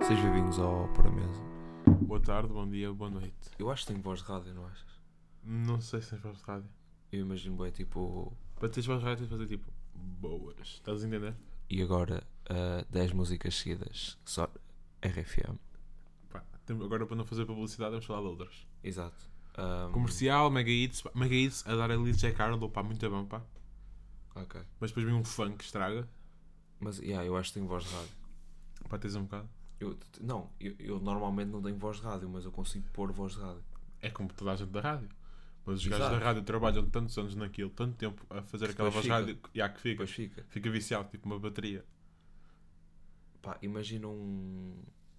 Sejam bem-vindos ao Para Mesa. Boa tarde, bom dia, boa noite. Eu acho que tem voz de rádio, não achas? Não sei se tens voz de rádio. Eu imagino, é tipo. Para teres voz de rádio tens de fazer tipo boas. Estás a entender? E agora, ah, 10 músicas seguidas, só RFM. Pá, tem- agora para não fazer publicidade vamos falar de outras. Exato. Ahm, Comercial, Mega Hits, pá, Mega Hits a dar a Liz Jack Harlow, pá, muito é bom, pá. Ok. Mas depois vem um funk que estraga. Mas, yeah, eu acho que tenho voz de rádio. Pá, tens um bocado. Eu, t- não, eu, eu normalmente não tenho voz de rádio, mas eu consigo pôr voz de rádio. É como toda a gente da rádio. Mas os Exato. gajos da rádio trabalham tantos anos naquilo, tanto tempo a fazer aquela voz depois de fica. rádio que, yeah, que fica. Depois fica. Fica viciado, tipo uma bateria. Pá, imagina um,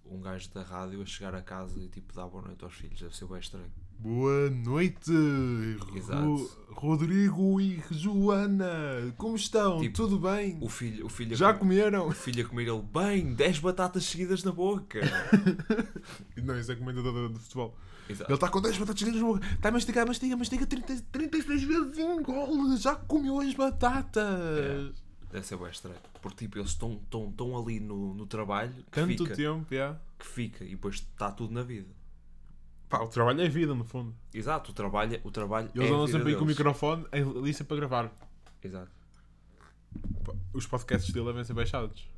um gajo da rádio a chegar a casa e tipo dar boa noite aos filhos, deve ser bem estranho. Boa noite, Ro- Exato. Rodrigo e Joana. Como estão? Tipo, Tudo bem? O filho, o filho a Já comer- comeram? o filho a comer ele bem, 10 batatas seguidas na boca. Não, isso é comendador do, do futebol. Exato. Ele está com 10 batatas seguidas no Tá, boca. Está a mastigar, mastiga, mastiga 30, 36 vezes em gol. Já comeu as batatas. Deve ser bem estranho. Porque tipo, eles estão tão, tão ali no, no trabalho que Tanto fica, tempo, yeah. que fica e depois está tudo na vida. Pá, o trabalho é vida, no fundo. Exato, o trabalho, o trabalho é Eles a andam vida sempre aí com o deles. microfone ali sempre para gravar. Exato. Pá, Os podcasts dele devem ser baixados.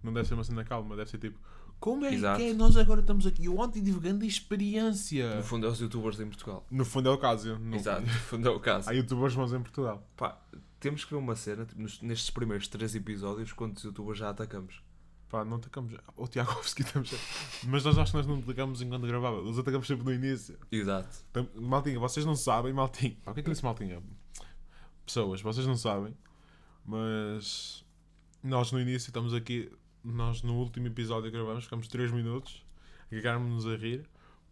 Não deve ser uma cena calma, deve ser tipo. Como é Exato. que é? Nós agora estamos aqui ontem divulgando a experiência. No fundo é os youtubers em Portugal. No fundo é o caso. No... Exato, no fundo é o caso. Há youtubers bons em Portugal. Pá, temos que ver uma cena tipo, nos- nestes primeiros três episódios quantos youtubers já atacamos. Pá, não atacamos. O Tiagovski estamos. Mas nós acho que nós não atacamos enquanto gravava. Nós atacamos sempre no início. Exato. Tam- Maltinha, vocês não sabem, Maltinha. O que é que eu disse Maltinha? Pessoas, vocês não sabem, mas nós no início estamos aqui, nós no último episódio que gravamos, ficamos 3 minutos, cagarmos-nos a rir,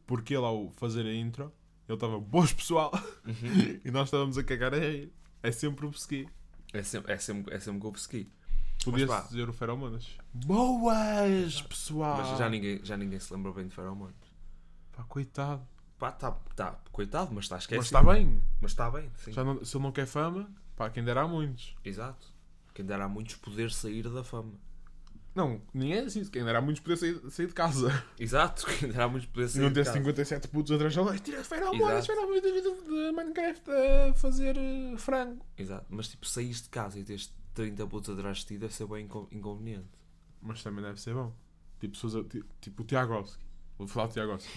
porque ele ao fazer a intro, ele estava boas pessoal, e nós estávamos a cagar a rir. É sempre o Pesqui. É sempre, é sempre, é sempre que eu pesqui. pá. Podia-se dizer o Feromonas. Boas, pessoal! Mas já ninguém, já ninguém se lembra bem de Feromonas. Pá, coitado. Pá, tá, tá, coitado, mas está esquecido. Mas está bem. Mas está bem, sim. Já não- se ele não quer fama, pá, quem dera há muitos. Exato. Quem dera a muitos poder sair da fama. Não, ninguém é assim. Quem dera há muitos poder sair, sair de casa. Exato, quem dera a muitos poder E sair não ter de casa. 57 putos atrás de nós. Tira feromonas, Exato. feromonas de, de, de Minecraft a fazer eh, frango. Exato, mas tipo, saís de casa e tens 30 putos atrás de ti deve ser é bem inco- inconveniente. Mas também deve ser bom. Tipo, pessoas, a- ti- tipo o Tiagovski. Vou falar do Tiagovski.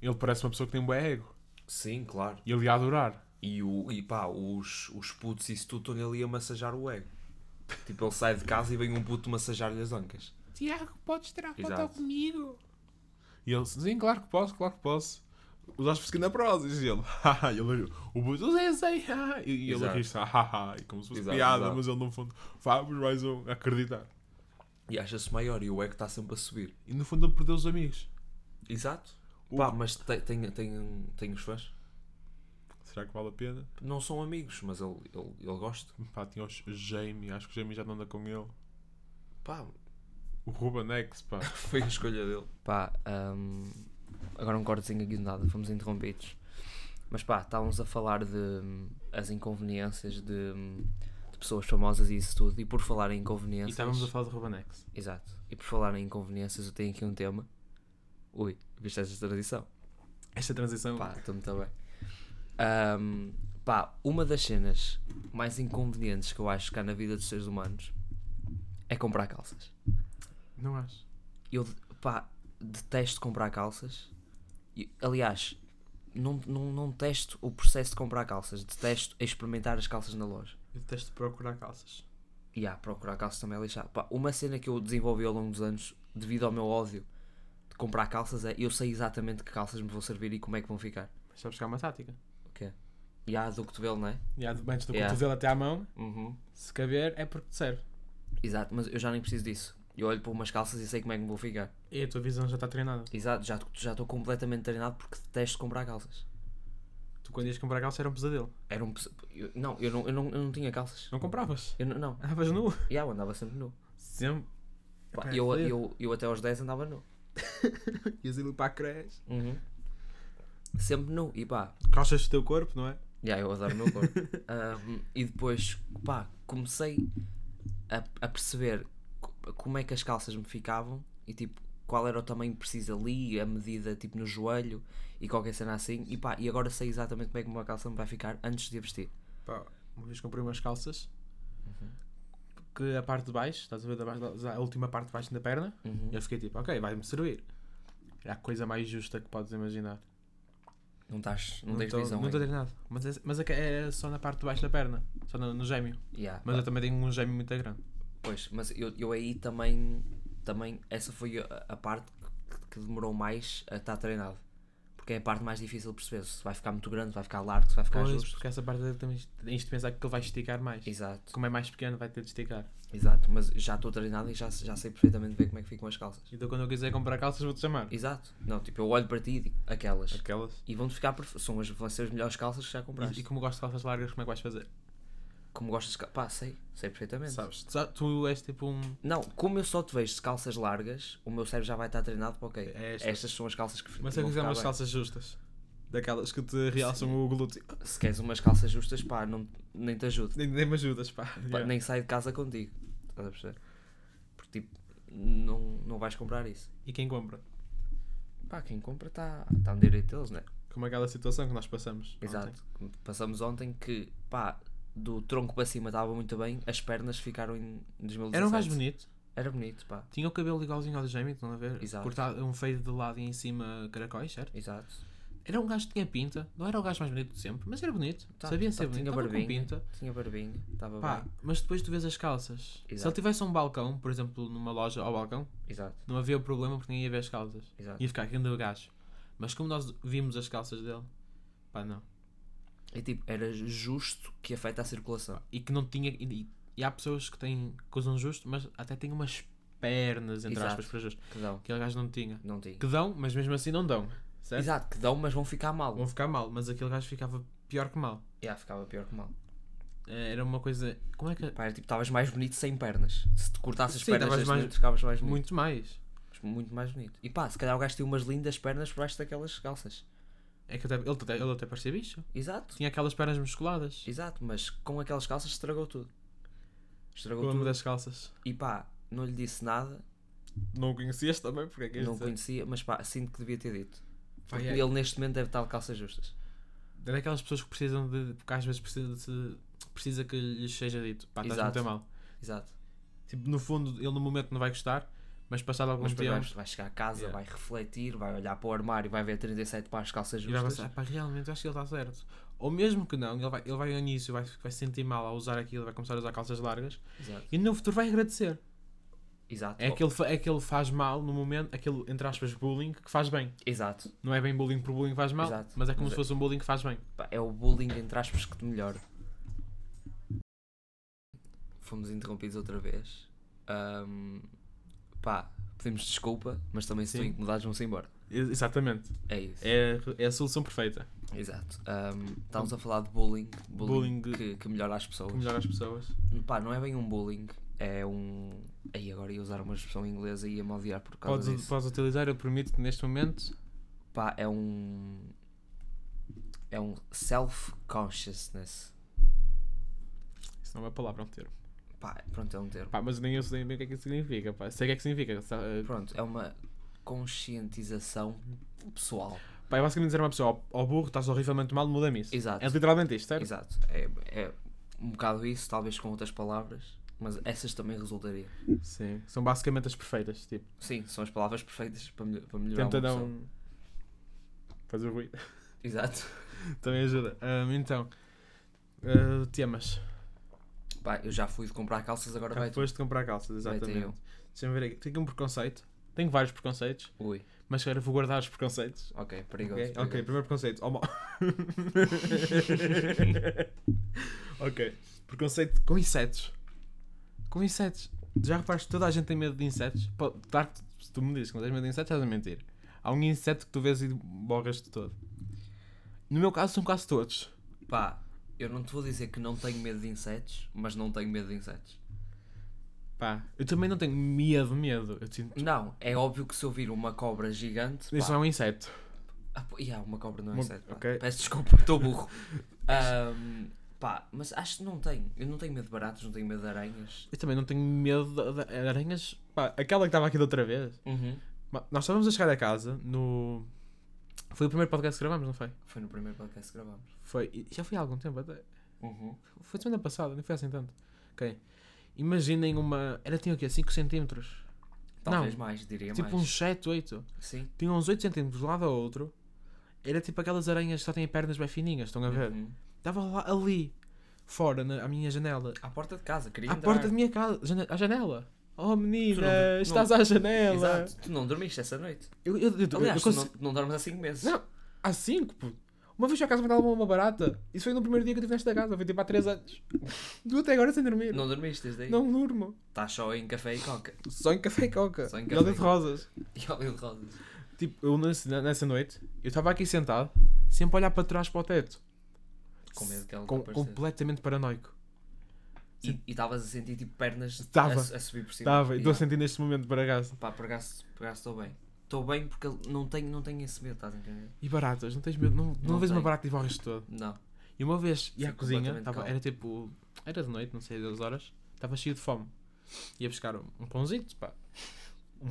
Ele parece uma pessoa que tem um ego. Sim, claro. E ele ia adorar. E, o, e pá, os, os putos e isso tudo estão ali a massajar o ego. Tipo, ele sai de casa e vem um puto massajar-lhe as ancas. Tiago, podes tirar foto Exato. comigo? E ele, sim, claro que posso, claro que posso. Os olhos pescando a prosa, e ele, haha, e ele, o puto, sei, sei, ah", e, e ele Exato. ri-se, haha, e como se fosse Exato, piada, exato. mas ele no fundo, vamos mais um, acreditar. E acha-se maior e o ego está sempre a subir. E no fundo ele perdeu os amigos. Exato. O- Pá, mas tem, tem, tem, tem os fãs? Será que vale a pena? Não são amigos, mas ele, ele, ele gosta. Pá, tinha os Jamie, acho que o Jamie já não anda com ele. Pá, O Ruben X, pá. foi a escolha dele. Pá, hum, agora um cortezinho aqui do nada, fomos interrompidos. Mas pá, estávamos a falar de hum, as inconveniências de, hum, de pessoas famosas e isso tudo. E por falar em inconveniências. falar do Ruben X. Exato. E por falar em inconveniências, eu tenho aqui um tema. Ui, viste esta transição? Esta transição. Pá, estou muito bem. Hum, pá, uma das cenas mais inconvenientes que eu acho que há na vida dos seres humanos é comprar calças. Não acho. Eu, pá, detesto comprar calças. E, aliás, não, não, não detesto o processo de comprar calças. Detesto experimentar as calças na loja. Eu detesto procurar calças. E há, procurar calças também é lixado. Pá, uma cena que eu desenvolvi ao longo dos anos, devido ao meu ódio de comprar calças, é eu sei exatamente que calças me vão servir e como é que vão ficar. Mas sabes que há uma tática. E há a do cotovelo, não é? E há de- metes do Yeah. cotovelo até à mão, Uhum. se caber é porque te serve. Exato, mas eu já nem preciso disso. Eu olho para umas calças e sei como é que me vou ficar. E a tua visão já está treinada. Exato, já já estou completamente treinado porque detesto comprar calças. Tu quando ias comprar calças era um pesadelo. Era um. pes- eu- não, eu não, eu não, eu não tinha calças. Hum. Não compravas. Eu não, não. Andavas nu. E eu andava sempre nu. Sempre. Pá, Epá, é eu, fodido. eu, eu até aos 10 andava nu. Ias ali para a creche. Sempre nu. E pá, Calças do teu corpo, não é? já eu adoro o meu corpo. Ahm, e depois, pá, comecei a, a perceber co- como é que as calças me ficavam e tipo, qual era o tamanho preciso ali, a medida tipo no joelho e qualquer cena assim. E pá, e agora sei exatamente como é que uma calça me vai ficar antes de a vestir. Pá, uma vez comprei umas calças Uhum. que a parte de baixo, estás a ver, da baixo- a última parte de baixo da perna, Uhum. eu fiquei tipo, ok, vai-me servir. É a coisa mais justa que podes imaginar. Não estás, não, tens tô- visão. Não estou a ainda. ter nada. Mas, é, mas é que é só na parte de baixo da perna, só no, no gêmeo. Yeah, Mas pá, eu também tenho um gêmeo muito grande. Pois, mas eu, eu aí também, também, essa foi a, a parte que, que demorou mais a estar treinado. Porque é a parte mais difícil de perceber se vai ficar muito grande, se vai ficar largo, se vai ficar Pois, justo. porque essa parte também tens de pensar que ele vai esticar mais. Exato, Como é mais pequeno, vai ter de esticar. exato. Mas já estou treinado e já, já sei perfeitamente bem como é que ficam as calças. Então quando eu quiser comprar calças, vou-te chamar. Exato. Não, tipo, eu olho para ti e digo, aquelas. Aquelas. E vão-te ficar, perfe- são as, vão ser as melhores calças que já E, compraste. e como gosto de calças largas, como é que vais fazer? Como gostas de calças, pá, sei, sei perfeitamente. Sabes? Tu, tu és tipo um. Não, como eu só te vejo de calças largas, o meu cérebro já vai estar treinado para, ok, É estas. estas, são as calças que Mas se eu vão quiser ficar umas bem. calças justas, daquelas que te realçam o glúteo, Ah, Se queres umas calças justas, pá, não, nem te ajudo. nem, nem me ajudas, pá. Pá, Yeah. Nem saio de casa contigo. Estás a perceber? Porque, tipo, não, não vais comprar isso. E quem compra? Pá, quem compra está tá no direito deles, né? Como aquela situação que nós passamos. ontem. Exato. Passamos ontem que, pá, do tronco para cima estava muito bem, as pernas ficaram em 2017. Era um gajo bonito. Era bonito, pá. Tinha o cabelo igualzinho ao do Jamie, estão a ver? Exato. Cortado um fade de lado e em cima caracóis, certo? Exato. Era um gajo que tinha pinta. Não era o gajo mais bonito de sempre, mas era bonito. Tá, Sabia tá, ser bonito. Tinha Estava com barbinha. pinta. Tinha barbinha. Estava Pá, bem. mas depois tu vês as calças. Se Exato. ele tivesse um balcão, por exemplo, numa loja ao balcão, Exato. não havia problema porque ninguém ia ver as calças. Exato. Ia ficar grande gajo. Mas como nós vimos as calças dele, pá, não. É tipo, era justo que afeta a circulação. E que não tinha. E, e há pessoas que têm. que usam justo, mas até têm umas pernas, entre Exato. aspas, para justo. Que dão. Aquele gajo não tinha. Não tinha. Que dão, mas mesmo assim não dão. Certo? Exato, que dão, mas vão ficar mal. Vão ficar mal, mas aquele gajo ficava pior que mal. Yeah, ficava pior que mal. Eh, Era uma coisa. Como é que. Pá, era tipo, estavas mais bonito sem pernas. Se te cortasses as Sim, pernas, estavas neste mais- momento, ficavas mais bonito. Muito mais. Muito mais bonito. E pá, se calhar o gajo tem umas lindas pernas por baixo daquelas calças. É que até, ele, até, ele até parecia bicho. Exato, Tinha aquelas pernas musculadas. exato, mas com aquelas calças estragou tudo. Estragou Como tudo. das calças. E pá, não lhe disse nada, Não o conhecias também, porque é que não conhecia, mas pá, sinto que devia ter dito. Vai, Porque é. ele neste momento deve estar de calças justas. É daquelas pessoas que precisam de. Porque às vezes precisa, de, se- precisa que lhes seja dito. Pá, estás Exato. muito mal. Exato. Tipo, no fundo, ele no momento não vai gostar, mas passado algum Mas depois vai, tempo. vai chegar a casa, Um Yeah. vai refletir, vai olhar para o armário, vai ver 37 pares de calças E vai justas. pensar, pá, realmente acho que ele está certo. Ou mesmo que não, ele vai, ele vai ao início, vai, vai se sentir mal ao usar aquilo, vai começar a usar calças largas Exato. e no futuro vai agradecer. Exato. É que ele, fa- é que ele faz mal no momento, aquele entre aspas bullying que faz bem. Exato. Não é bem bullying por bullying que faz mal, Exato. mas é como Mas se é- fosse um bullying que faz bem. Pá, é o bullying entre aspas que te melhora. Fomos interrompidos outra vez. Ahm, pá, pedimos desculpa, mas também se Sim. estão incomodados vão-se embora. Ex- Exatamente. É isso. É, é a solução perfeita. Exato. Ahm, estávamos a falar de bullying. Bullying, Bullying- que, que melhora as pessoas. Que melhora as pessoas. Pá, não é bem um bullying, é um. Aí agora ia usar uma expressão inglesa e ia-me odiar por causa Podes, disso. podes utilizar, eu permito-te neste momento. Pá, é um. É um self-consciousness. Isso não é uma palavra, é um termo. Pá, pronto, é um termo. Pá, mas nem eu sei bem o que é que isso significa. Pá. Sei o que é que significa. sa- eh, Pronto, é uma conscientização pessoal. Pá, é basicamente dizer a uma pessoa, ó ó burro, estás horrivelmente mal, muda-me isso. Exato. É literalmente isto, certo? Exato. É, é um bocado isso, talvez com outras palavras, mas essas também resultaria. Sim. São basicamente as perfeitas. Tipo, Sim, são as palavras perfeitas para, melho- para melhorar tenta uma não. pessoa. Fazer ruído. Exato. Também ajuda. Ahm, então, ah, temas. Pá, eu já fui de comprar calças, agora vai tu. Depois de comprar calças, Vai tu, exatamente. eu. Deixa-me ver aqui. Tenho um preconceito. Tenho vários preconceitos, Ui, mas agora vou guardar os preconceitos. ok, perigoso. Ok, perigoso. ok, primeiro preconceito. Homo... ok, preconceito com insetos. Com insetos. Já reparaste que toda a gente tem medo de insetos? Pô, claro que tu- se tu me dizes que não tens medo de insetos, estás a mentir. Há um inseto que tu vês e borras de todo. No meu caso, são quase todos. Pá, eu não te vou dizer que não tenho medo de insetos, mas não tenho medo de insetos. Pá, eu também não tenho medo, medo. Eu sinto. Não, é óbvio que se eu vir uma cobra gigante. Pá, Isso não é um inseto. Ah, pô, yeah, uma cobra não é Uma- inseto. pá. ok. Peço desculpa, estou burro. Ahm, pá, mas acho que não tenho. Eu não tenho medo de baratos, não tenho medo de aranhas. Eu também não tenho medo de de aranhas. Pá, aquela que estava aqui da outra vez. Ma- Nós estávamos a chegar a casa no. Foi o primeiro podcast que gravámos, não foi? Foi no primeiro podcast que gravámos. Foi. e Já foi há algum tempo até. Foi semana passada, nem foi assim tanto. Ok. Imaginem uma. Era tinha o quê? 5 centímetros? Talvez Não, mais, diria tipo mais. uns 7, 8. Sim. Tinha uns 8 centímetros de um lado ao outro. Era tipo aquelas aranhas que só têm pernas bem fininhas, estão a ver? Uhum. Estava lá ali, fora, na à minha janela. À porta de casa, queria À entrar. porta de minha casa, jane- à janela. Oh menina, Tu não- não- estás à janela. Exato, tu não dormiste essa noite. Eu, eu, eu, eu, Aliás, tu consigo- não, não dormes há 5 meses. Não. Há 5, puto. Uma vez por acaso mandava uma barata. Isso foi no primeiro dia que eu estive nesta casa, foi tipo há 3 anos. Tu até agora sem dormir. Não dormiste desde aí. Não durmo. Estás só em café e coca. Só em café e coca. Só em E café óleo e de coca. rosas. E óleo de rosas. Tipo, eu nesse- na- nessa noite, eu estava aqui sentado, sempre a olhar para trás para o teto. Com medo que ela Com- te aparecesse. completamente paranoico. E e estavas a sentir tipo pernas Tava. a, su- a subir por cima. Estava, e estou a Yeah. sentir neste momento para casa. Pá, por acaso por acaso estou bem. Estou bem porque ele- não tenho, não tenho esse medo, estás a entender? E baratas, não tens medo? Não, não, Não vês uma tenho. barata e morres todo. Não. E uma vez, ia à Fico cozinha, completamente tava- calmo. era tipo, era de noite, não sei, duas horas, estava cheio de fome. Ia buscar um, um pãozito, pá. Um-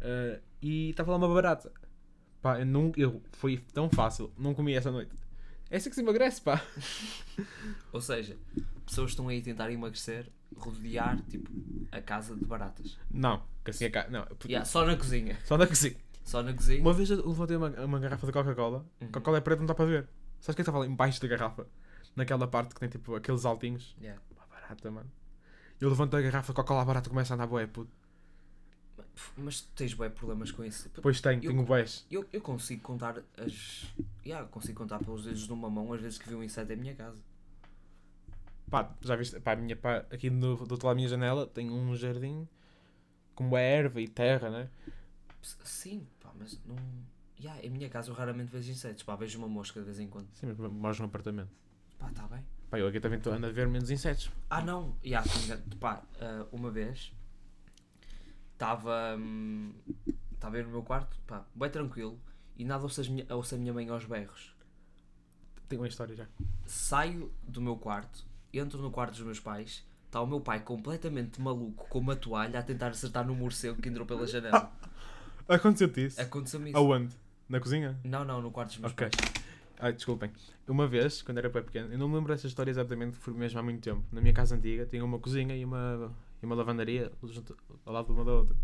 eh, e estava lá uma barata. Pá, eu nunca, eu, foi tão fácil, não comi essa noite. É assim que se emagrece, pá. Ou seja, pessoas estão aí a tentar emagrecer, rodear tipo a casa de baratas. Não, que assim é cá, não. puto, Yeah, só na cozinha. Só na cozinha. Só na cozinha. Uma vez eu levantei uma, uma garrafa de Coca-Cola, Uhum. Coca-Cola é preta, não dá para ver. Sabes o que estava lá embaixo da garrafa? Naquela parte que tem tipo aqueles altinhos. Yeah. Uma barata, mano. Eu levanto a garrafa de Coca-Cola, a barata começa a andar bué, puto. Pff, Mas tu tens bem problemas com isso. Pois tenho, Eu- tenho bués. Eu, eu consigo contar as. Yeah, consigo contar pelos dedos de uma mão as vezes que vi um inseto em minha casa. Pá, já viste, pá, a minha, pá aqui no, do outro lado da minha janela tem um jardim com bué erva e terra, né? S- Sim, pá, mas não. Yeah, em minha casa eu raramente vejo insetos. Pá, vejo uma mosca de vez em quando. Sim, mas moras num apartamento. Pá, tá bem. Pá, eu aqui também estou a andar a ver menos insetos. Ah, não. Yeah, tô enganado. pá, ah, uma vez estava hum, estava eu no meu quarto, pá, bem tranquilo, e nada ouço, as minha, ouço a minha mãe aos berros. Tenho uma história já. Saio do meu quarto, entro no quarto dos meus pais, está o meu pai completamente maluco com uma toalha a tentar acertar no morcego que entrou pela janela. Aconteceu-te isso? Aconteceu-me isso. Aonde? Na cozinha? Não, não, no quarto dos meus Ok. pais. Ai, Ah, desculpem. Uma vez, quando era bem pequeno, eu não me lembro dessa história exatamente, foi mesmo há muito tempo. Na minha casa antiga tinha uma cozinha e uma, e uma lavandaria um junto, ao lado uma da outra.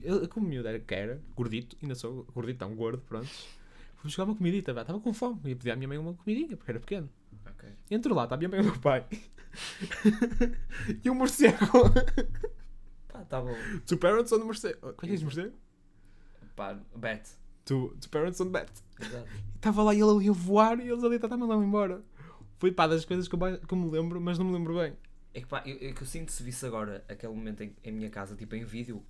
Eu, como miúdo era que era, gordito, ainda sou gordito, não, gordo, pronto. Fui buscar uma comidita, vá, estava com fome, ia pedir à minha mãe uma comidinha, porque era pequeno. Ok. Entro lá, está a minha mãe e o meu pai. e um morcego. Pá, tá bom. Two parents on the morcego. Como é que diz morcego? Pá, bet. Two, two parents on bat. Exato. Estava lá e ele ali a voar e eles ali a mandar me embora. Foi pá das coisas que eu, mais- que eu me lembro, mas não me lembro bem. É que pá, eu, é que eu sinto se visse agora aquele momento em, em minha casa, tipo em vídeo,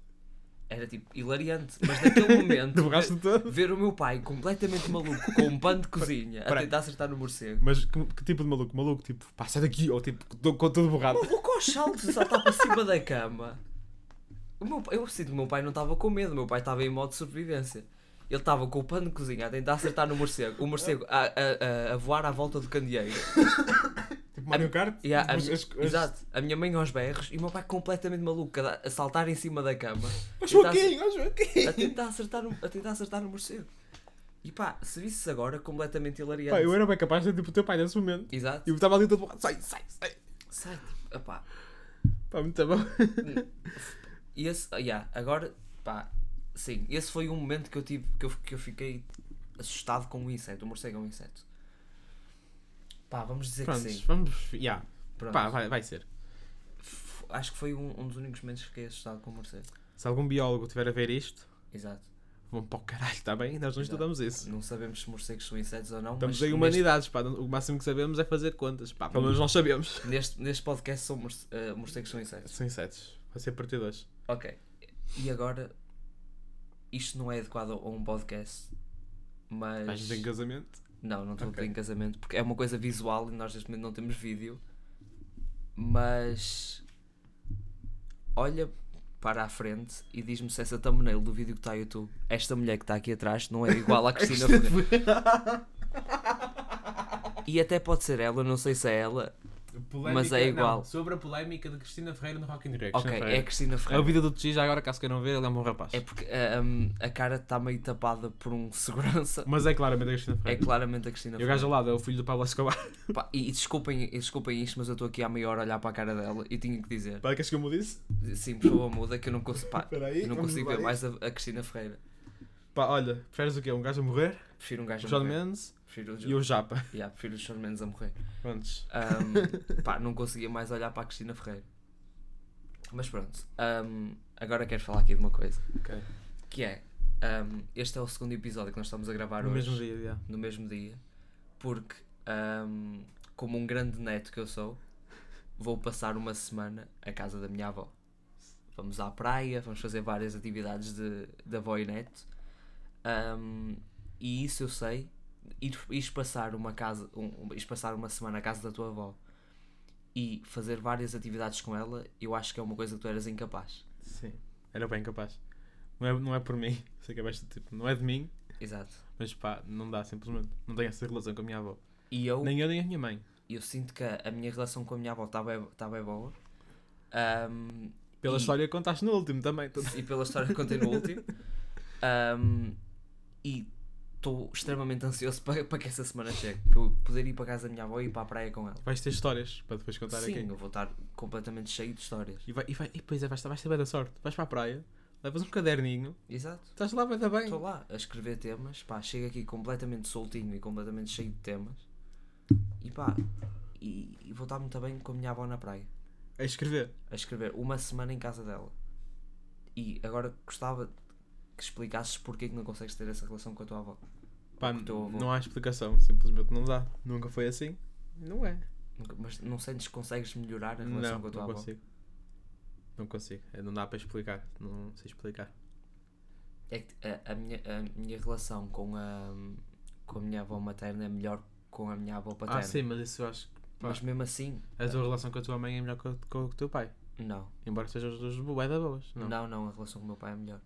era tipo hilariante, mas naquele momento. Derrugaste todo. Ver o meu pai completamente maluco com um pano de cozinha a peraí. tentar acertar no morcego. Mas que, que tipo de maluco? Maluco, tipo, pá, sai daqui, ou tipo, tô- com todo borrado. Maluco aos saltos, a saltar para cima da cama. O meu, pai- eu sinto que o meu pai não estava com medo, o meu pai estava em modo de sobrevivência. Ele estava com o pano de cozinha a tentar acertar no morcego, o morcego a, a- a- a voar à volta do candeeiro. Tipo Mario Kart? E a- a depois minha- as- as- Exato, a minha mãe aos berros e o meu pai completamente maluco a, dar- a saltar em cima da cama. Ó Tentar acer- Joaquim, ó Joaquim! a tentar acertar no, a tentar acertar no morcego. E pá, se visses agora, completamente hilariante. Pá, eu era bem capaz de ser tipo o teu pai nesse momento. Exato. E eu estava ali todo borrado, sai, sai, sai. Sai, tipo, opá. Pá, muito bom. E esse, ah, yeah, agora, pá, sim, esse foi um momento que eu tive, que eu, que eu fiquei assustado com um inseto. O morcego é um inseto. Pá, vamos dizer que Prontos, sim. vamos, já. Pronto. Pá, vai, vai ser. F- Acho que foi um, um dos únicos momentos que fiquei assustado com o morcego. Se algum biólogo tiver a ver isto, Exato. vão para o caralho, está bem? Nós não Exato. estudamos isso. Não sabemos se morcegos são insetos ou não, Estamos mas em humanidades, pá. O máximo que sabemos é fazer contas, pá. Pelo menos nós sabemos. neste, neste, neste podcast são morce- ah, morcegos são insetos. São insetos. Vai ser partir dois. Ok. E agora, isto não é adequado a um podcast, mas. Vais ter casamento. Não, não estou Ok. em casamento, porque é uma coisa visual e nós neste momento não temos vídeo. Mas. Olha para a frente e diz-me se essa thumbnail do vídeo que está no YouTube, esta mulher que está aqui atrás, não é igual à Cristina Ferreira. E até pode ser ela, não sei se é ela, Polémica- Mas é igual. não, sobre a polémica de Cristina Ferreira no Rock in Rio. Ok, Cristina é a Ferreira. Cristina A Ferreira. vida do Tio, já agora, caso queiram ver, ele é um bom rapaz. É porque ah, hum, a cara está meio tapada por um segurança. Mas é claramente a Cristina É Ferreira. claramente a Cristina E o Ferreira. gajo é um- ao lado é o filho do Pablo Escobar. Pá, e, e desculpem, e desculpem isto, mas eu estou aqui à meia hora a olhar para a cara dela e tinha que dizer. Pá, queres que eu me disse? Sim, por favor, muda que eu não consigo, pá, Espera aí, eu não vamos consigo mudar ver mais a, a Cristina Ferreira. Pá, olha, preferes o quê? Um gajo a morrer? Prefiro um gajo O a John morrer. Mendes Prefiro o, e o Japa. yeah, prefiro o Shawn Mendes a morrer. Prontos. Ahm, pá, não conseguia mais olhar para a Cristina Ferreira. Mas pronto, ahm, agora quero falar aqui de uma coisa. Ok. Que é, ahm, este é o segundo episódio que nós estamos a gravar No hoje. mesmo dia, já. no mesmo dia, porque, ahm, como um grande neto que eu sou, vou passar uma semana à casa da minha avó. Vamos à praia, vamos fazer várias atividades de, de avó e neto. Ahm, e isso eu sei. Ir, ir passar uma casa, um, um- ires passar uma semana à casa da tua avó e fazer várias atividades com ela, eu acho que é uma coisa que tu eras incapaz. Sim. Era bem capaz. Não é, não é por mim. Sei que é bastante tipo. Não é de mim, Exato. mas pá, não dá simplesmente. Não tenho essa relação com a minha avó. E eu Nem eu, nem a minha mãe. eu sinto que a a minha relação com a minha avó está bem, tá bem boa. Ahm, E- Pela história que contaste no último também. tu- e pela história que contei no último. Ahm, e estou extremamente ansioso para, para que essa semana chegue. Para eu poder ir para casa da minha avó e ir para a praia com ela. Vais ter histórias para depois contar Sim, aqui. eu vou estar completamente cheio de histórias. E, vai, e, vai, e pois é, vais, ter- vais ter bem da sorte. Vais para a praia, levas um caderninho, Exato. estás lá, vai dar bem. Estou lá a escrever temas, pá, chego aqui completamente soltinho e completamente cheio de temas. E pá, e, e vou estar muito bem com a minha avó na praia. A É escrever. a escrever uma semana em casa dela. E agora gostava que explicasses porque é que não consegues ter essa relação com a tua avó. Pá, com o teu avô. não há explicação. Simplesmente não dá. Nunca foi assim. Não é. Nunca- Mas não sentes que consegues melhorar a relação Não, com a tua não avó. consigo. Não consigo. É, Não dá para explicar. Não sei explicar. É que a, a minha, a minha relação com a, com a minha avó materna é melhor que com a minha avó paterna. Ah, sim, mas isso eu acho que pá, Mas mesmo assim, a tua relação com a tua mãe é melhor que a- com o teu pai. não. Embora sejam os dois bué da boas. Não. não. Não, a relação com o meu pai é melhor.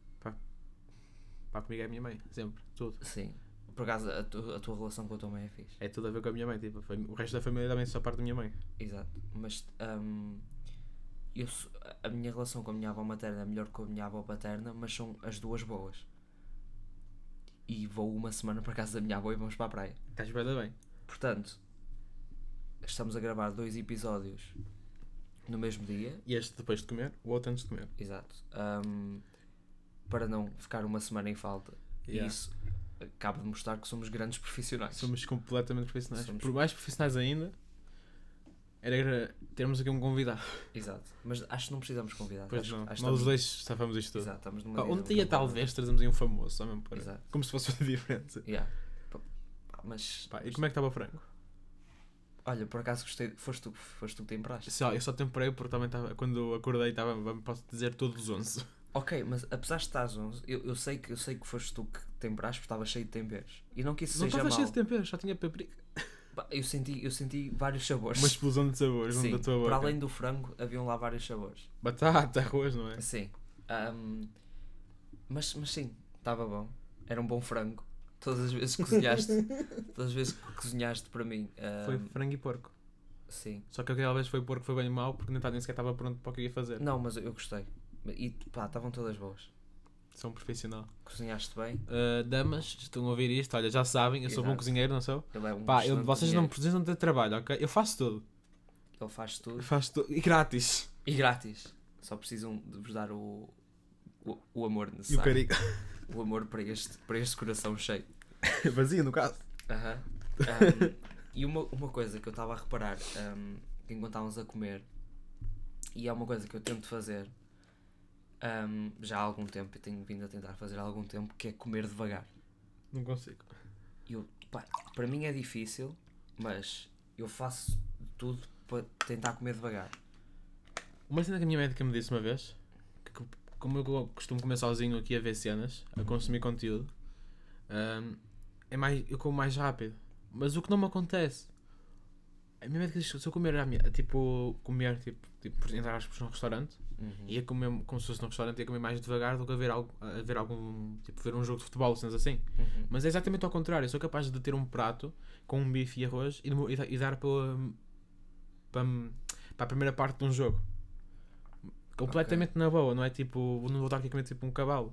Pá, comigo é a minha mãe. Sempre. Tudo. Sim. Por acaso, a, tu- a tua relação com a tua mãe é fixe. É tudo a ver com a minha mãe. Tipo, a fam- o resto da família também só parte da minha mãe. Exato, mas hum, eu sou- a minha relação com a minha avó materna é melhor que com a minha avó paterna, mas são as duas boas. E vou uma semana para casa da minha avó e vamos para a praia. Estás bué da bem. Portanto, estamos a gravar dois episódios no mesmo dia, E este depois de comer, o outro antes de comer. exato, hum, para não ficar uma semana em falta. E Yeah. isso acaba de mostrar que somos grandes profissionais. Somos completamente profissionais. Somos- Por mais profissionais ainda, era- era termos aqui um convidado. Exato, mas acho que não precisamos convidar. Pois acho, não, acho que nós estamos- os dois safamos isto tudo. Exato, estamos numa Pá, vida um muito dia boa. talvez trazemos aí um famoso, só mesmo para. Exato. Como se fosse outra diferença. Yeah. Pá, pá, Mas, Pá, e como é que estava o frango? olha, por acaso gostei. Foste tu, foste tu que tempraste. Só, eu só temperei porque também estava. Quando acordei, estava. Posso dizer todos os 11. Ok, mas apesar de estares 11, eu, eu, sei que, eu sei que foste tu que tempraste porque estava cheio de temperos. E não que isso Não seja estava mau. cheio de tempero, só tinha paprika. Pá, Eu senti, eu senti vários sabores. Uma explosão de sabores Sim, da tua boca. para além do frango, um haviam lá vários sabores. Batata, arroz, não é? Sim. Ahm, mas, mas sim, estava bom. Era um bom frango. Todas as vezes que cozinhaste, todas as vezes que cozinhaste para mim. Foi ahm, frango e porco. Sim. Só que aquela vez foi porco, foi bem mau porque nem, tá- nem sequer estava pronto para o que eu ia fazer. Não, mas eu eu gostei. E pá, estavam todas boas. Sou um profissional. Cozinhaste bem. Uh, damas, estão a ouvir isto, olha, já sabem, eu sou bom Exato. cozinheiro, não sou? Ele é um Pá, eu- excelente vocês não cozinheiro. precisam ter trabalho, ok? Eu faço tudo. Ele faz Eu tudo. faço tudo. E grátis. E grátis. Só precisam de vos dar o, o, o amor E o necessário. carico. O, amor para este, para este coração cheio. Vazio, no caso. Aham. Ahm, e uma, uma coisa que eu estava a reparar ahm, que enquanto estávamos a comer, e é uma coisa que eu tento fazer ahm, já há algum tempo, e tenho vindo a tentar fazer há algum tempo, que é comer devagar. Não consigo. Eu, pá, para mim é difícil, mas eu faço tudo para tentar comer devagar. Uma cena que a minha médica me disse uma vez, que co- como eu costumo comer sozinho aqui a ver cenas, a consumir conteúdo, ahm, é mais, eu como mais rápido. Mas o que não me acontece, a minha médica diz que se eu comer, à minha- tipo, comer, tipo, tipo por entrar aspas, num restaurante, ia comer como se fosse num restaurante, ia comer mais devagar do que a ver, algo, a ver algum, tipo, ver um jogo de futebol, cenas assim. Uhum. Mas é exatamente ao contrário, eu sou capaz de ter um prato com um bife e arroz e, demo- e da- e dar para para, para a primeira parte de um jogo. Completamente na boa, não é tipo, não vou estar aqui a comer tipo um cavalo.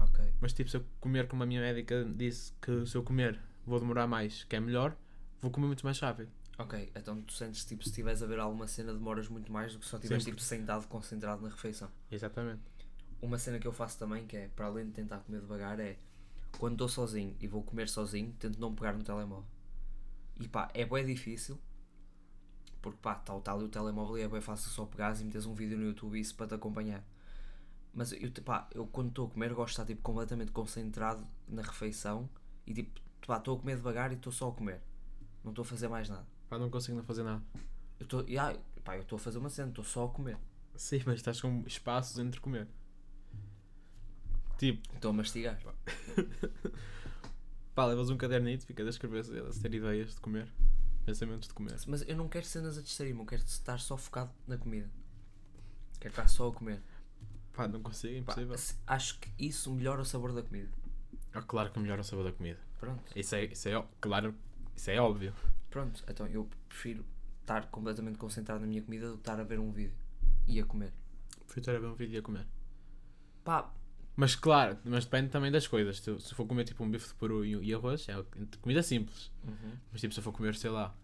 Ok. Mas tipo, se eu comer como a minha médica disse que se eu comer vou demorar mais, que é melhor, vou comer muito mais rápido. Ok, então tu sentes tipo se estiveres a ver alguma cena demoras muito mais do que se só estiveres Sim, tipo sentado concentrado na refeição. Exatamente. Uma cena que eu faço também, que é para além de tentar comer devagar, é quando estou sozinho e vou comer sozinho, tento não pegar no telemóvel. E pá, é bem difícil porque pá, está tá ali o telemóvel e é bem fácil só pegares e meteres um vídeo no YouTube e isso para te acompanhar. Mas eu, te- pá, eu quando estou a comer gosto de estar tipo, completamente concentrado na refeição e tipo, pá, estou a comer devagar e estou só a comer. Não estou a fazer mais nada. Pá, não consigo não fazer nada. Eu estou yeah, pá, eu estou a fazer uma cena, estou só a comer. Sim, mas estás com espaços entre comer. Tipo, Estou a mastigar. pá, levas um cadernito, fica a escrever, a ter ideias de comer, pensamentos de comer. Mas eu não quero cenas a distrair-me, eu quero estar só focado na comida. Quero estar só a comer. Pá, não consigo, é Pá, impossível. se- acho que isso melhora o sabor da comida. Ah, claro que melhora o sabor da comida. Pronto, Isso é, isso é, ó- claro, isso é óbvio. pronto. Então eu prefiro estar completamente concentrado na minha comida do que estar a ver um vídeo e a comer. Fui estar a ver um vídeo e a comer. Pá, Mas claro, mas depende também das coisas. Se eu- se eu for comer tipo um bife de peru e, e arroz, é o- comida simples. Mas tipo, se eu for comer, sei lá,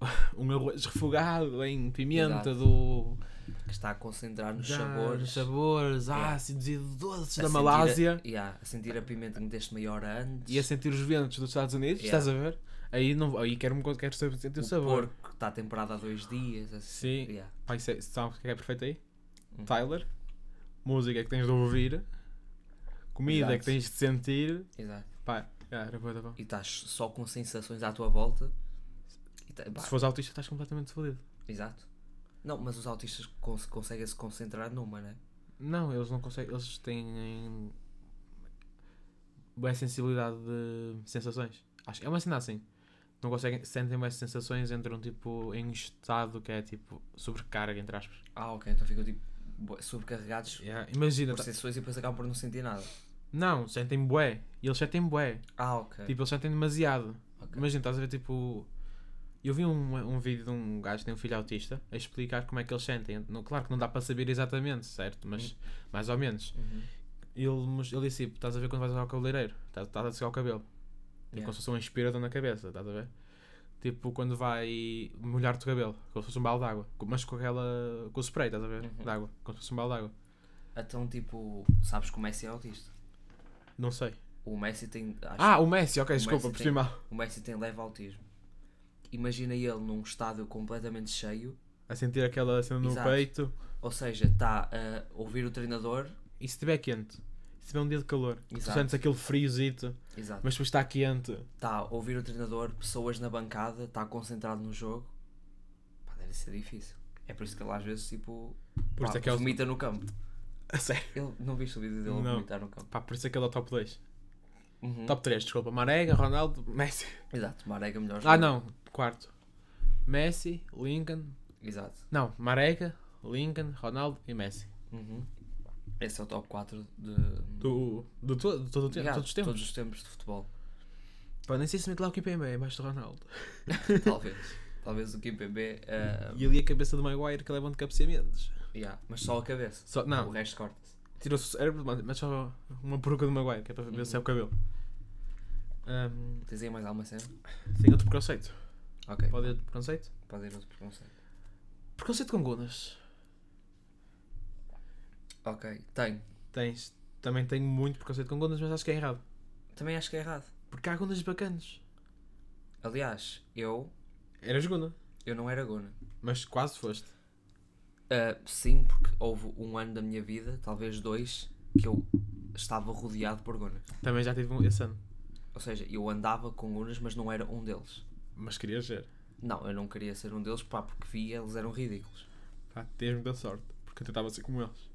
um arroz refogado em pimenta Exato. do... que está a concentrar nos da- sabores. sabores É. Yeah. ácidos e doces a sentir da Malásia. A, yeah, a sentir a pimenta que meteste meia hora antes. e a sentir os ventos dos Estados Unidos, Yeah. estás a ver? Aí, não, aí quero, quero saber- sentir é o, o sabor. porco que está temperado há dois dias. assim. Sim. Yeah. Pai, sei, sabe o que é perfeito aí? Hum. Tyler. Música que tens de ouvir. Comida Exato. que tens de sentir. Exato. Pá, já, era boa, tá bom. E estás só com sensações à tua volta. E tá- pá, Se fores autista, estás completamente fodido. Exato. Não, mas os autistas cons- conseguem se concentrar numa, né? Não, eles não conseguem. Eles têm. boa sensibilidade de sensações. Acho que é uma cena assim. Não conseguem. Sentem boas sensações, entram tipo em um estado que é tipo sobrecarga, entre aspas. Ah, ok, então ficam tipo bué- sobrecarregados Imagina. por tá- sensações e depois acabam por não sentir nada. Não, sentem bué. E eles sentem bué. Ah, ok. Tipo, eles sentem demasiado. Ok. Imagina, estás a ver tipo. Eu vi um, um vídeo de um gajo que tem um filho autista a explicar como é que eles sentem. Não- claro que não dá para saber exatamente, certo? Hum. Mas mais ou menos. Uhum. Ele, mos- ele disse: tipo, estás a ver quando vais ao cabeleireiro? Estás, estás a secar o cabelo. Tipo, Yeah. como se fosse um aspirador na cabeça, estás a ver? Tipo, quando vai molhar-te o cabelo, como se fosse um balde de água. Com- Mas com aquela. com o spray, estás a ver? Uhum. De água. Como se fosse um balde de água. Então, tipo, sabes que o Messi é autista. Não sei. O Messi tem. acho ah, o Messi, ok, o desculpa, Messi percebi tem- mal. que O Messi tem leve autismo. Imagina ele num estádio completamente cheio, A sentir aquela cena no Exato. peito. ou seja, está a ouvir o treinador. E se estiver quente? Se tiver um dia de calor, tu Exato. sentes aquele friozito, Exato. mas depois está quente. Está tá a ouvir o treinador, pessoas na bancada, está concentrado no jogo. Pá, deve ser difícil. É por isso que ele às vezes, tipo, Por isso pá, é que é o- vomita no campo. A sério. Ele, não viste o vídeo dele a Não. vomitar no campo? Pá, por isso é que ele é o top 2. Uhum. Top 3, desculpa. Marega, Ronaldo, Messi. Exato, Marega melhor. Ah, não. Quarto. Messi, Lincoln. Exato. Não, Marega, Lincoln, Ronaldo e Messi. Uhum. Esse é o top 4 de Do, do, to- de todo o tempo, Yeah, todos os tempos. todos os tempos de futebol. Pá, nem sei se mete lá o KPM é abaixo do Ronaldo. Talvez. Talvez o Kim Pembe. E ali a cabeça do Maguire que levam de cabeceamentos. yeah, mas só a cabeça. Só, O não, resto corta-se. tirou-se o cérebro, mas- mas só uma peruca do Maguire, que é para ver se é o cabelo. Ahm, Tens aí mais alguma cena? tem outro preconceito. Ok. Pode ir de preconceito? Pode ir outro preconceito. Preconceito com Gunas. Ok. Tenho. Tens. Também tenho muito preconceito com Gunas, mas acho que é errado. Também acho que é errado. Porque há Gunas bacanas. Aliás, eu, Eras Guna, eu não era Gona. mas quase foste. Ah, sim, porque houve um ano da minha vida, talvez dois, que eu estava rodeado por Gonas. Também já tive um esse ano. Ou seja, eu andava com Gonas, mas não era um deles. Mas querias ser. Não, eu não queria ser um deles, pá, porque vi eles eram ridículos. Pá, tens muita sorte. Porque eu tentava ser como eles.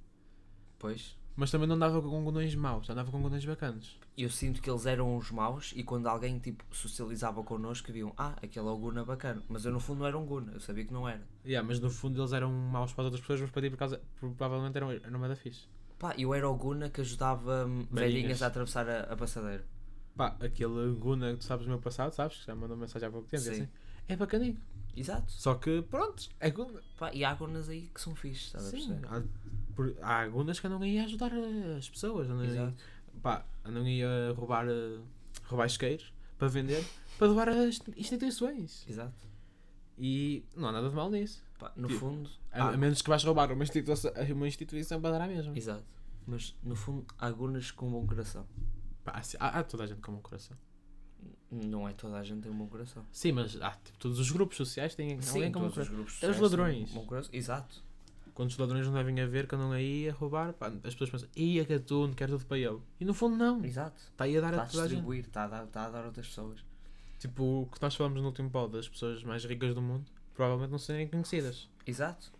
Pois, Mas também não andava com Gunas maus, andava com Gunas bacanas. eu sinto que eles eram os maus e quando alguém, tipo, socializava connosco, viam, ah, aquele é o Guna bacana. Mas eu, no fundo, não era um Guna, eu sabia que não era. Yeah, mas no fundo eles eram maus para as outras pessoas, mas para ti por causa, provavelmente eram, eram uma da fixe. Pá, eu era o Guna que ajudava hum, Velhinhas. velhinhas a atravessar a, a passadeira. Pá, aquele Guna que tu sabes do meu passado, sabes? Que já mandou mensagem há pouco tempo. e Sim. Assim, é bacaninho. Exato. Só que, pronto, é como- Pá, e há gornas aí que são fixe, estás a Sim, perceber? há, por, há algumas que andam aí a ajudar eh, as pessoas, andam aí, Exato. pá, andam aí a roubar, eh, roubar isqueiros para vender, para doar a inst- instituições. Exato. E não há nada de mal nisso. Pá, no Tipo, fundo, A, há- a menos que vais roubar uma instituição, uma instituição para dar à mesma. Exato. Mas no fundo há gornas com bom coração. Pá, há, se- há- há toda a gente com um coração. Não é toda a gente tem um bom coração. Sim, mas há, tipo, todos os grupos sociais têm alguém com um todos os coração. grupos É os sociais têm ladrões. um bom coração. Exato. Quando os ladrões não devem a ver, que andam aí a roubar, pá, as pessoas pensam, ia gatuno, quero tudo para ele. E no fundo não, Exato. está aí a dar Está a Tá a toda a gente. distribuir, está a, dar, está a dar a outras pessoas. Tipo, o que nós falamos no último pod das pessoas mais ricas do mundo, provavelmente não serem conhecidas. Exato.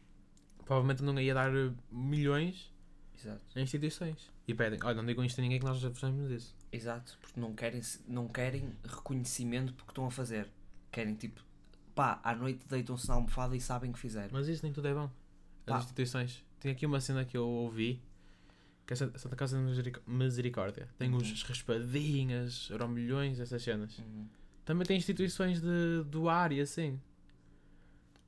Provavelmente andam aí a dar eh, milhões Exato. a instituições. E pedem, olha, não digam isto a ninguém que nós já fizemos disso. Exato. Porque não querem, se- não querem reconhecimento porque estão a fazer. Querem tipo, pá, à noite deitam-se na almofada e sabem que fizeram. Mas isso nem tudo é bom. As Pá. instituições. Tem aqui uma cena que eu ouvi, que é Santa Santa Casa de Miseric- Misericórdia. Tem Uhum. os raspadinhas, eram milhões, essas cenas. Uhum. Também tem instituições de doar e assim.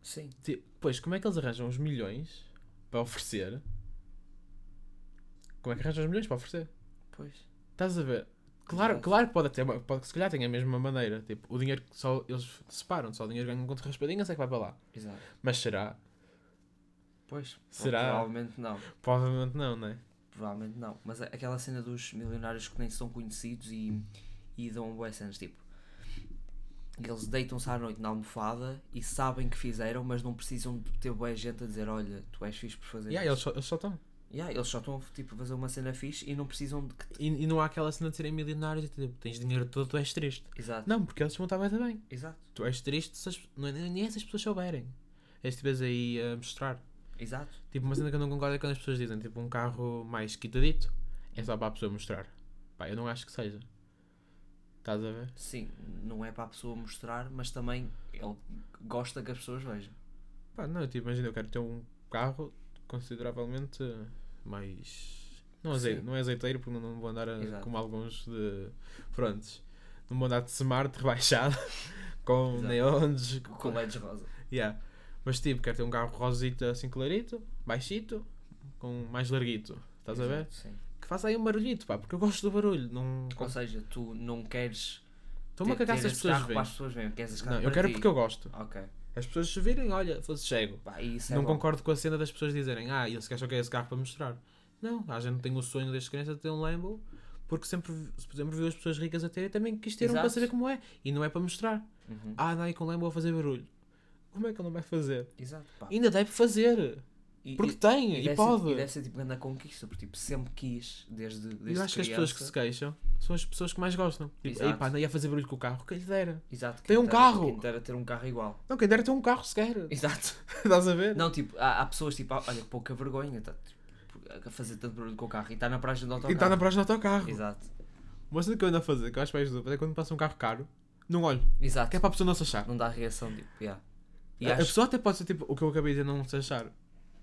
Sim. Ti- Pois, como é que eles arranjam os milhões para oferecer? Como é que arranjam os milhões para oferecer? Pois. Estás a ver? Claro, Exato. claro que pode até, pode, se calhar tem a mesma maneira. Tipo, o dinheiro que só eles separam, só o dinheiro que ganham contra raspadinhas é que vai para lá. Exato. Mas será? Pois. Será? Provavelmente não. Provavelmente não, não é? Provavelmente não. Mas a- aquela cena dos milionários que nem são conhecidos Hum. e, e dão boas cenas, tipo. Eles deitam-se à noite na almofada e sabem que fizeram, mas não precisam de ter boa gente a dizer: Olha, tu és fixe por fazer Yeah, eles, só, eles só estão. isto." Yeah, eles só estão tipo, a fazer uma cena fixe e não precisam de que. E, e não há aquela cena de serem milionários e tipo, tens dinheiro todo, tu és triste. Exato. Não, porque eles se montavam bem. Exato. Tu és triste se as, não é- nem essas pessoas souberem. És tipo és aí a mostrar. Exato. Tipo, uma cena que eu não concordo é quando as pessoas dizem, tipo, um carro mais quitadito é só para a pessoa mostrar. Pá, eu não acho que seja. Estás a ver? Sim, não é para a pessoa mostrar, mas também ele gosta que as pessoas vejam. Pá, não, tipo, imagina, eu quero ter um carro consideravelmente mais. Não, azei, Sim. não é azeiteiro, porque não, não vou andar a- Exato. como alguns de. Prontos. Não vou andar de smart rebaixado, com Exato. neons. Com Com... Coletes rosa. Yeah. Mas tipo, quero ter um carro rosita assim clarito, baixito, com mais larguito. Estás a ver? Exato, Sim. Que faça aí um barulhito, pá, porque eu gosto do barulho. Não. Ou seja, tu não queres. Estou-me a ter- cagar ter se as esse pessoas carro para veem. as pessoas verem. Queres esse carro Não, eu para quero ti. porque eu gosto. Ok. As pessoas se virem, olha, fosse cego. Pá, e isso é não bom. concordo com a cena das pessoas dizerem ah, esse gajo só quer esse carro para mostrar. Não, a gente tem o sonho desde criança de ter um Lambo porque sempre, vi- sempre viu as pessoas ricas a ter e também quis ter um para Exato. saber como é. E não é para mostrar. Uhum. Ah, andai com um Lambo a fazer barulho. Como é que ele não vai fazer? Exato, pá. Ainda deve fazer. Ah. E- Porque e- tem e e, deve Ser, pode. e deve ser tipo grande a conquista, porque tipo, sempre quis, desde, desde Eu acho que as criança. pessoas que se queixam são as pessoas que mais gostam. Tipo, Exato. ei pá, andei a fazer barulho com o carro, quem lhe dera. Exato, Tem um quem dera- carro! Quem dera ter um carro igual. Não, quem dera ter um carro sequer. Exato. Estás a ver? Não, tipo, há, há pessoas tipo, ah, olha, pouca vergonha, tá, tipo, a fazer tanto barulho com o carro e está na praia do e autocarro. está na próxima do autocarro. Exato. Uma cena que eu ando a fazer, que eu acho mais dupla, é quando passa um carro caro, não olho. Exato. Que é para a pessoa não se achar. Não dá reação, tipo, yeah. A- A pessoa até pode ser tipo o que eu acabei de dizer, não se achar.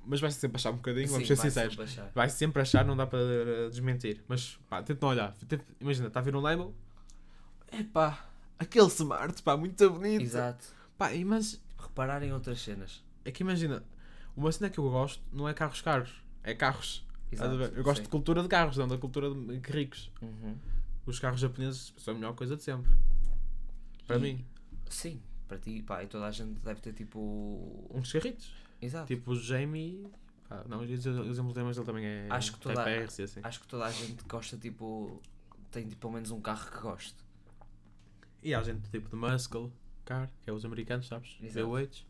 Mas vai sempre achar um bocadinho, vamos ser sinceros. Vai sempre achar, não dá para uh, desmentir. Mas pá, tenta não olhar. Tenta- Imagina, está a vir um label. Epá, aquele smart, pá, muito bonito. Exato. Pá, e mas Reparar em outras cenas. é que imagina, uma cena que eu gosto não é carros caros, é carros. Estás a Exato. ver? Eu gosto sim. de cultura de carros, não da cultura de de ricos. Uhum. Os carros japoneses são a melhor coisa de sempre. Para E- mim, Sim, para ti, pá, e toda a gente deve ter tipo. uns um carritos. Exato. Tipo, o Jamie. pá, não, os ex- os exemplos temas dele também é. Acho que toda- é PRC, assim. Acho que toda a gente gosta, tipo. Tem tipo, pelo menos um carro que goste. E há gente tipo de Muscle Car, que é os americanos, sabes? Exato. V8.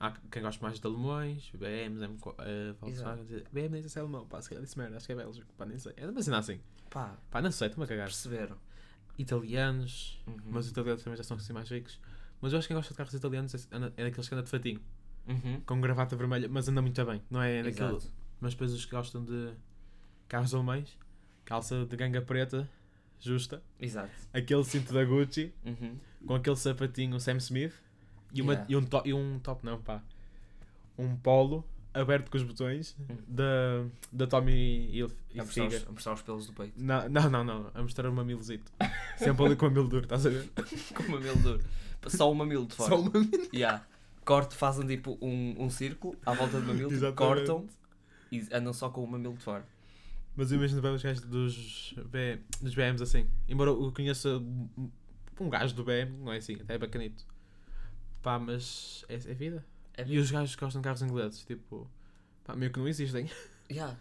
Há quem gosta mais de alemães, BMs, M, eh, Volkswagen. BM nem sei se é alemão, pá, se calhar disse merda, acho que é Bélgico, pá, nem sei. É uma cena assim. Pá, Pá, não sei, estou-me a cagar. perceberam? Italianos, Uhum. mas os italianos também já são assim mais ricos. Mas eu acho que quem gosta de carros italianos é, anda- é daqueles que anda de fatinho, Uhum. com gravata vermelha, mas anda muito bem, não é? é daquele, Exato. mas depois os que gostam de carros alemães, calça de ganga preta, justa, Exato. aquele cinto da Gucci, Uhum. com aquele sapatinho Sam Smith e, uma, Yeah. e, um, top, e um top, não pá, um polo aberto com os botões da, da Tommy Hilf- A mostrar, os, Hilfiger. a mostrar os pelos do peito. Não, não, não, não, a mostrar o mamilozito. Sempre ali com o mamilo duro, estás a ver? Com o mamilo duro. Só o mamilo de fora. Só o mamilo. Yeah. Corte, fazem tipo um, um círculo à volta do mamilo, tipo, Exatamente. cortam e andam só com o mamilo de fora. Mas eu imagino bem os gajos dos, B, dos BMs assim. Embora eu conheça um- um gajo do BM, não é assim, até é bacanito. Pá, mas é, é vida. É E os gajos que gostam de carros ingleses, tipo, pá, meio que não existem. Yeah.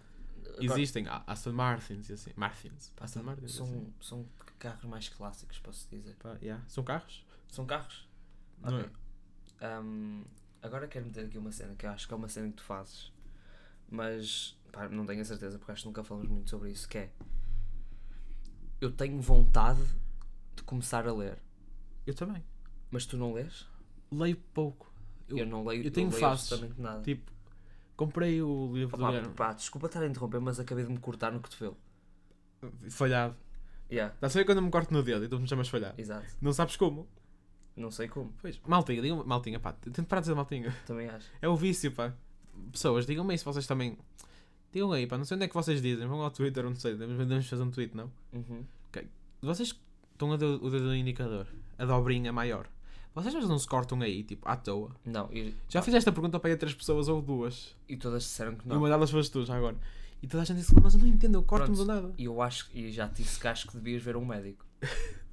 Agora, Existem ah, Aston Martins e assim. Martins. pá, Aston Martins. são, assim. são carros mais clássicos, posso dizer. Pá, yeah. São carros? São carros. Não é. Ok. Ahm, agora quero meter aqui uma cena que eu acho que é uma cena que tu fazes, mas pá, não tenho a certeza porque acho que nunca falamos muito sobre isso, que é eu tenho vontade de começar a ler, Eu também. mas tu não lês? Leio pouco. Eu, Eu- não leio, eu tenho não leio fases. absolutamente nada. Tipo, comprei o livro do Ah. Opa, Guilherme. pá, desculpa estar a interromper, mas acabei de me cortar no cotovelo. Falhado. Yeah, Estás Tá a ver quando eu me corto no dedo e tu me chamas falhado? exato. Não sabes como? Não sei como, Pois. Maltinha, digam maltinha, pá. Tento parar de dizer maltinha. também acho. É o vício, pá. Pessoas, digam-me isso vocês também. Digam aí, pá. Não sei onde é que vocês dizem. Vão ao Twitter, não sei. Devemos devemos fazer um tweet, não? Uhum. Vocês estão a dar o dedo no indicador. A dobrinha maior. Vocês mas não se cortam aí, tipo, à toa. Não, e, Já fiz esta pergunta para aí a três pessoas ou duas. e todas disseram que E não. uma delas foste tu, já agora. E toda a gente disse, mas eu não entendo, eu corto-me Pronto. do nada. E eu acho e já te disse que acho que devias ver um médico.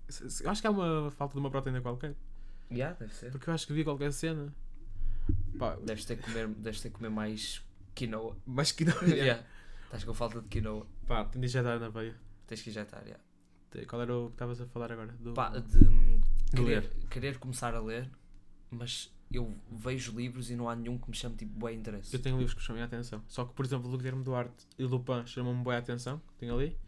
Se- se- Acho que há uma falta de uma proteína qualquer. É Yeah, deve ser. Porque eu acho que vi qualquer cena. Pá, Deves ter que comer, deves ter que comer mais quinoa. mas que não. yeah. Estás com falta de quinoa. Pá, tenho de injetar na veia. Tens que injetar, yeah. Qual era o que estavas a falar agora? Do... Pá, de De querer, querer começar a ler, mas eu vejo livros e não há nenhum que me chame tipo bem interesse. Eu tenho livros que chamam a atenção. Só que, por exemplo, do Guilherme Duarte e Lupin chamam-me boa atenção. Tenho ali.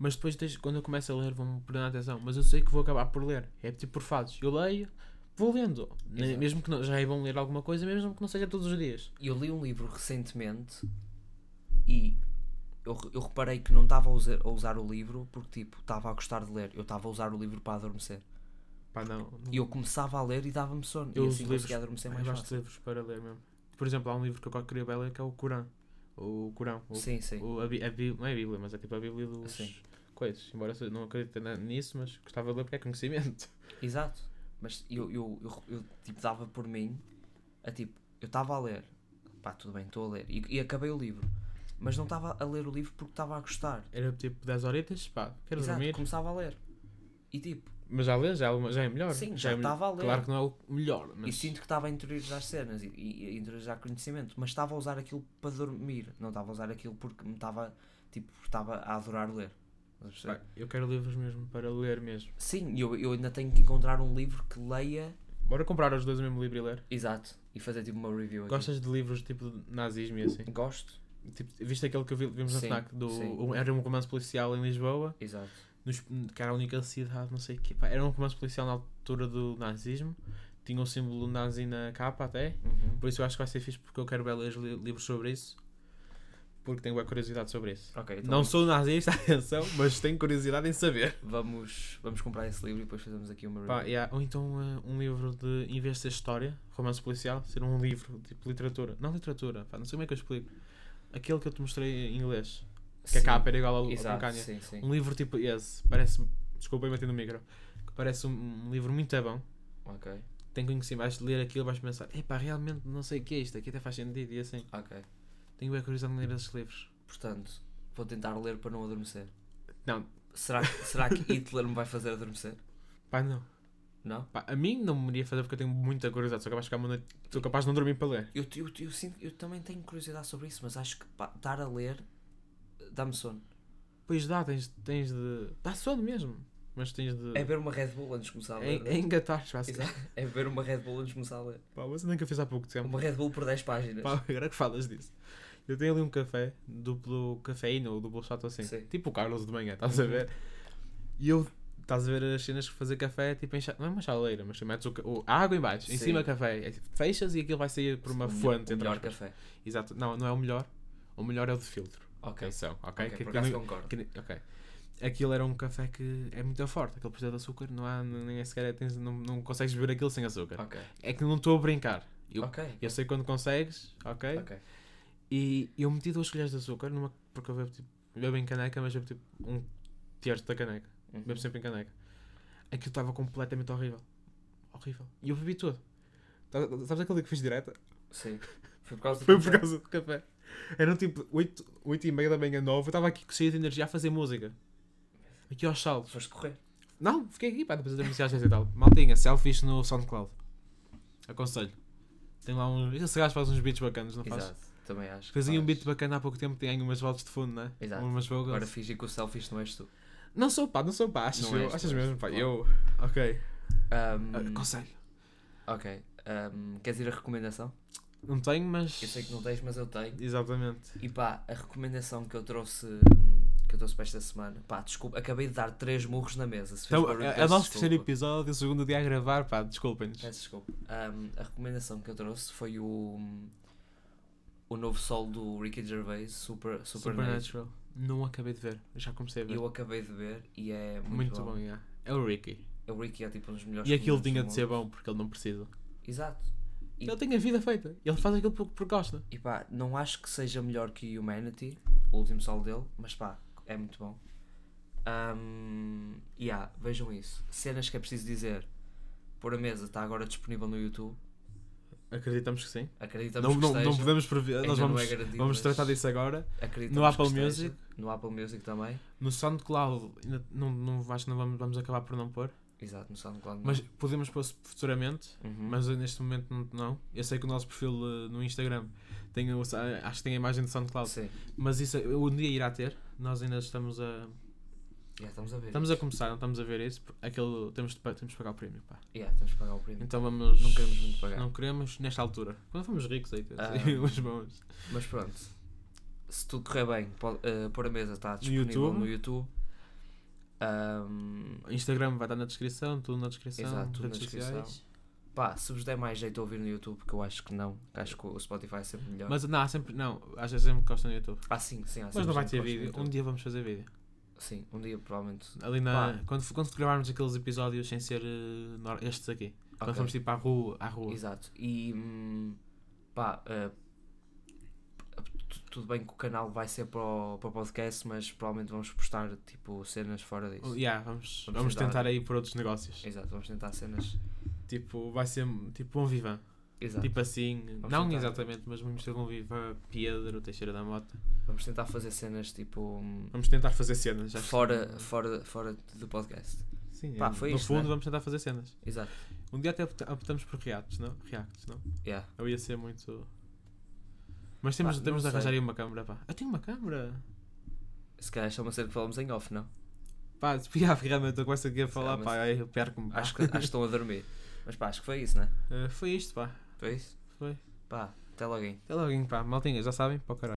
Mas depois, deixo- quando eu começo a ler, vão-me perdendo a atenção. Mas eu sei que vou acabar por ler. É tipo por fases. Eu leio, vou lendo. Ne- Exato. Mesmo que não, já é bom ler alguma coisa, mesmo que não seja todos os dias. eu li um livro recentemente e eu, re- eu reparei que não estava a usar, a usar o livro porque tipo estava a gostar de ler, eu estava a usar o livro para adormecer. Pá, não. não- E eu começava a ler e dava-me sono. Eu e uso assim livros- conseguia adormecer eu mais gosto de fácil. livros para ler mesmo. Por exemplo, há um livro que eu queria bem ler que é o Corão. O Corão. O, Sim, sim. o- a, Bí- a Bí- não é a Bíblia, mas é tipo a Bíblia dos Sim. coisas. Embora eu não acredite na- nisso, mas gostava de ler porque é conhecimento. Exato. Mas eu, eu, eu, eu, tipo, dava por mim a tipo, eu estava a ler, pá, tudo bem, estou a ler, e, e acabei o livro, mas não estava a ler o livro porque estava a gostar. Era tipo 10 horitas, pá, quero Exato, dormir. começava a ler. E tipo, Mas já lês, já, é uma- já é melhor. Sim, já é melhor. estava a ler. Claro que não é o melhor, mas e sinto que estava a interiorizar cenas e, e a interiorizar conhecimento, mas estava a usar aquilo para dormir, não estava a usar aquilo porque me estava, tipo, estava a adorar ler. Estás a perceber? pá, eu quero livros mesmo para ler mesmo. Sim, e eu, eu ainda tenho que encontrar um livro que leia. Bora comprar os dois o mesmo livro e ler. Exato, e fazer tipo uma review aqui. Gostas de livros tipo de nazismo e assim? Gosto. Tipo, viste aquele que eu vi- vimos na Sim, FNAC? Do, sim. um- era um romance policial em Lisboa, Exato. nos, que era a única cidade, não sei o quê. Pá, era um romance policial na altura do nazismo. Tinha o símbolo nazi na capa até. Uhum. Por isso eu acho que vai ser fixe porque eu quero bem ler li- livros sobre isso. Porque tenho bem curiosidade sobre isso. Ok, então Não sou nazista, atenção, mas tenho curiosidade em saber. Vamos, vamos comprar esse livro e depois fazemos aqui uma Pá, review. yeah, Ou então eh, um livro de, em vez de ser história, romance policial, ser um livro, tipo literatura. Não literatura, pá, não sei como é que eu explico. Aquele que eu te mostrei em inglês, que a Sim, capa era igual ao, ao Exato, Brancánia. sim, sim. Um livro tipo esse, parece, desculpa, eu bati no micro, que parece um, um livro muito bom. Ok, Tem conhecimento, vais ler aquilo e vais pensar, epá, realmente não sei o que é isto, aqui até faz sentido e assim. ok. Tenho bem curiosidade em ler esses livros. Portanto, vou tentar ler para não adormecer. Não. Será que, será que Hitler me vai fazer adormecer? Pá, não. Não? Pá, a mim não me iria fazer porque eu tenho muita curiosidade, sou capaz de ficar uma noite, sou capaz de não dormir para ler. Eu, eu, eu, sinto, eu também tenho curiosidade sobre isso, mas acho que pá, estar a ler eh, dá-me sono. Pois dá, tens, tens de. Dá sono mesmo. Mas tens de. É beber uma Red Bull antes de começar a É, ler. é engatar, basicamente. Exato. É beber uma Red Bull antes de começar a ler. Pá, você nem que eu fiz há pouco tempo. Uma Red Bull por 10 páginas. Pá, agora que falas disso. Eu tenho ali um café, duplo cafeína ou duplo chato assim. Sim. Tipo o Carlos de manhã, estás a ver? E eu. Estás a ver as cenas que fazer café, tipo em cha- Não é uma chaleira, mas tu metes o, ca- o- a água em baixo, em Sim. cima café. É tipo, Fechas e aquilo vai sair por uma O melhor- fonte. O entre melhor aspas. café. Exato. Não, não é o melhor. O melhor é o de filtro. Ok. Atenção, ok? Ok, Que por aquilo- acaso concordo. Que nem- ok. Aquilo era um café que é muito forte, aquele precisa de açúcar, não há nem é sequer, tens- não, não consegues beber aquilo sem açúcar. Ok. É que não estou a brincar. Eu, Ok. eu sei quando consegues, ok? Ok. E eu meti duas colheres de açúcar numa. Porque eu bebo tipo. Bebo em caneca, mas bebo tipo um terço da caneca. Uhum. Bebo sempre em caneca. Aquilo estava completamente horrível. Horrível. E eu bebi tudo. Tá- Sabes aquele dia que fiz direta? Sim. Foi por causa do Foi por café. causa do café. Eram tipo 8, 8 e meia da manhã, 9. Eu estava aqui cheio de energia a fazer música. Aqui aos saltos. Foste correr. Não, fiquei aqui, pá, depois das mensagens e tal. Maltinha, selfies no SoundCloud. Aconselho. Tem lá uns. Esse gajo faz uns beats bacanas, não faz? Exato. Também acho. que Fazia um faz. beat bacana há pouco tempo, tem aí umas vozes de fundo, né? Exato. Umas vocals. Agora fingir que o selfies não és tu. Não sou pá, não sou pá, achas, Não eu- és, achas não és, mesmo, pá. claro. Hum. Eu. Ok. Ah, Ahm, Aconselho. Um, ok. Ahm, queres ir a recomendação? Não tenho, mas. Eu sei que não tens, mas eu tenho. Exatamente. E pá, a recomendação que eu trouxe hum, que eu trouxe para esta semana, pá, desculpa, acabei de dar três murros na mesa. Se fez Então, barulho, é, é o peço nosso terceiro desculpa. É episódio, o segundo dia a gravar, pá, desculpem-nos. Peço desculpa. Hum, a recomendação que eu trouxe foi o o novo solo do Ricky Gervais, Super Super, Supernatural. Não acabei de ver, já comecei a ver. Eu acabei de ver e é muito, Muito bom. bom, yeah. é o Ricky. O Ricky é tipo um dos melhores E aquilo comediantes tinha do de ser mundo. bom, porque ele não precisa. Exato. E- Ele tem a vida feita, ele faz aquilo porque porque gosta. E pá, não acho que seja melhor que Humanity, o último solo dele, mas pá, é muito bom. Um, yeah, vejam isso. Cenas que é preciso dizer. Pôr a mesa está agora disponível no YouTube. Acreditamos que sim. Acreditamos Não, que não, esteja. não podemos prever, Ainda nós não vamos, é garantido, vamos mas tratar disso agora. acreditamos no Apple que esteja. Music. No Apple Music também. No SoundCloud, ainda não, não, acho que não vamos, vamos acabar por não pôr, Exato, no SoundCloud. não. mas podemos pôr futuramente. Uhum. Mas neste momento não, não. Eu sei que o nosso perfil eh, no Instagram tem, o- acho que tem a imagem do SoundCloud. Sim, Mas isso eh, um dia irá ter. Nós ainda estamos a. yeah, estamos a ver. Estamos a começar, não estamos a ver isso. porque Aquele, temos, de, pa- temos de pagar o prémio, pá. Yeah, estamos a pagar o prémio. Então vamos. Não queremos muito pagar. Não queremos nesta altura. Quando fomos ricos aí, Ah. um... os bons. Mas pronto, se tudo correr bem, pode, eh, pôr a mesa está disponível YouTube. no YouTube. Um, O Instagram vai estar na descrição, tudo na descrição. Exato, tudo redes na descrição. sociais. Pá, se vos der mais jeito a ouvir no YouTube, que eu acho que não, que acho que o Spotify é sempre melhor. Mas não, há sempre. Não, acho que sempre gosta no YouTube. ah, sim, sim, há Mas sempre não vai gente que gosta ter do vídeo. Um YouTube. dia vamos fazer vídeo. Sim, um dia provavelmente. Ali na. Pá. Quando, quando gravarmos aqueles episódios sem ser eh, nor- estes aqui. Quando Ok, fomos tipo à rua. À rua. Exato. E hum, pá, eh, tu- tudo bem que o canal vai ser para o, para o podcast, mas provavelmente vamos postar tipo cenas fora disso. Yeah, vamos, Vamos vamos, tentar. É. tentar aí por outros negócios. Exato, vamos tentar cenas. Tipo, vai ser tipo um vivan. Exato. Tipo assim, não tentar. exatamente, mas vamos ter um viva Pedro Teixeira da Mota. Vamos tentar fazer cenas tipo. hum, Vamos tentar fazer um- cenas. acho que- fora, fora, fora do podcast. Sim, Pá, é, foi no isto, fundo né? vamos tentar fazer cenas. Exato. Um dia até opt- optamos por reacts, não? Reacts, não? Yeah. Eu ia ser muito... Mas temos, Pá, temos de não sei. arranjar aí uma câmara, pá. Eu tenho uma câmara! Se calhar isto é uma cena que falamos em off, não? Pá, se piar realmente, eu começo aqui a falar, mas- pá, aí eu perco-me. pá. Acho que, acho que estão a dormir. Mas pá, acho que foi isso, né? Eh, foi isto, pá. Foi isso? Foi. Pá, até logo. aí. Até logo, pá. Maltinha, já sabem, para o caralho.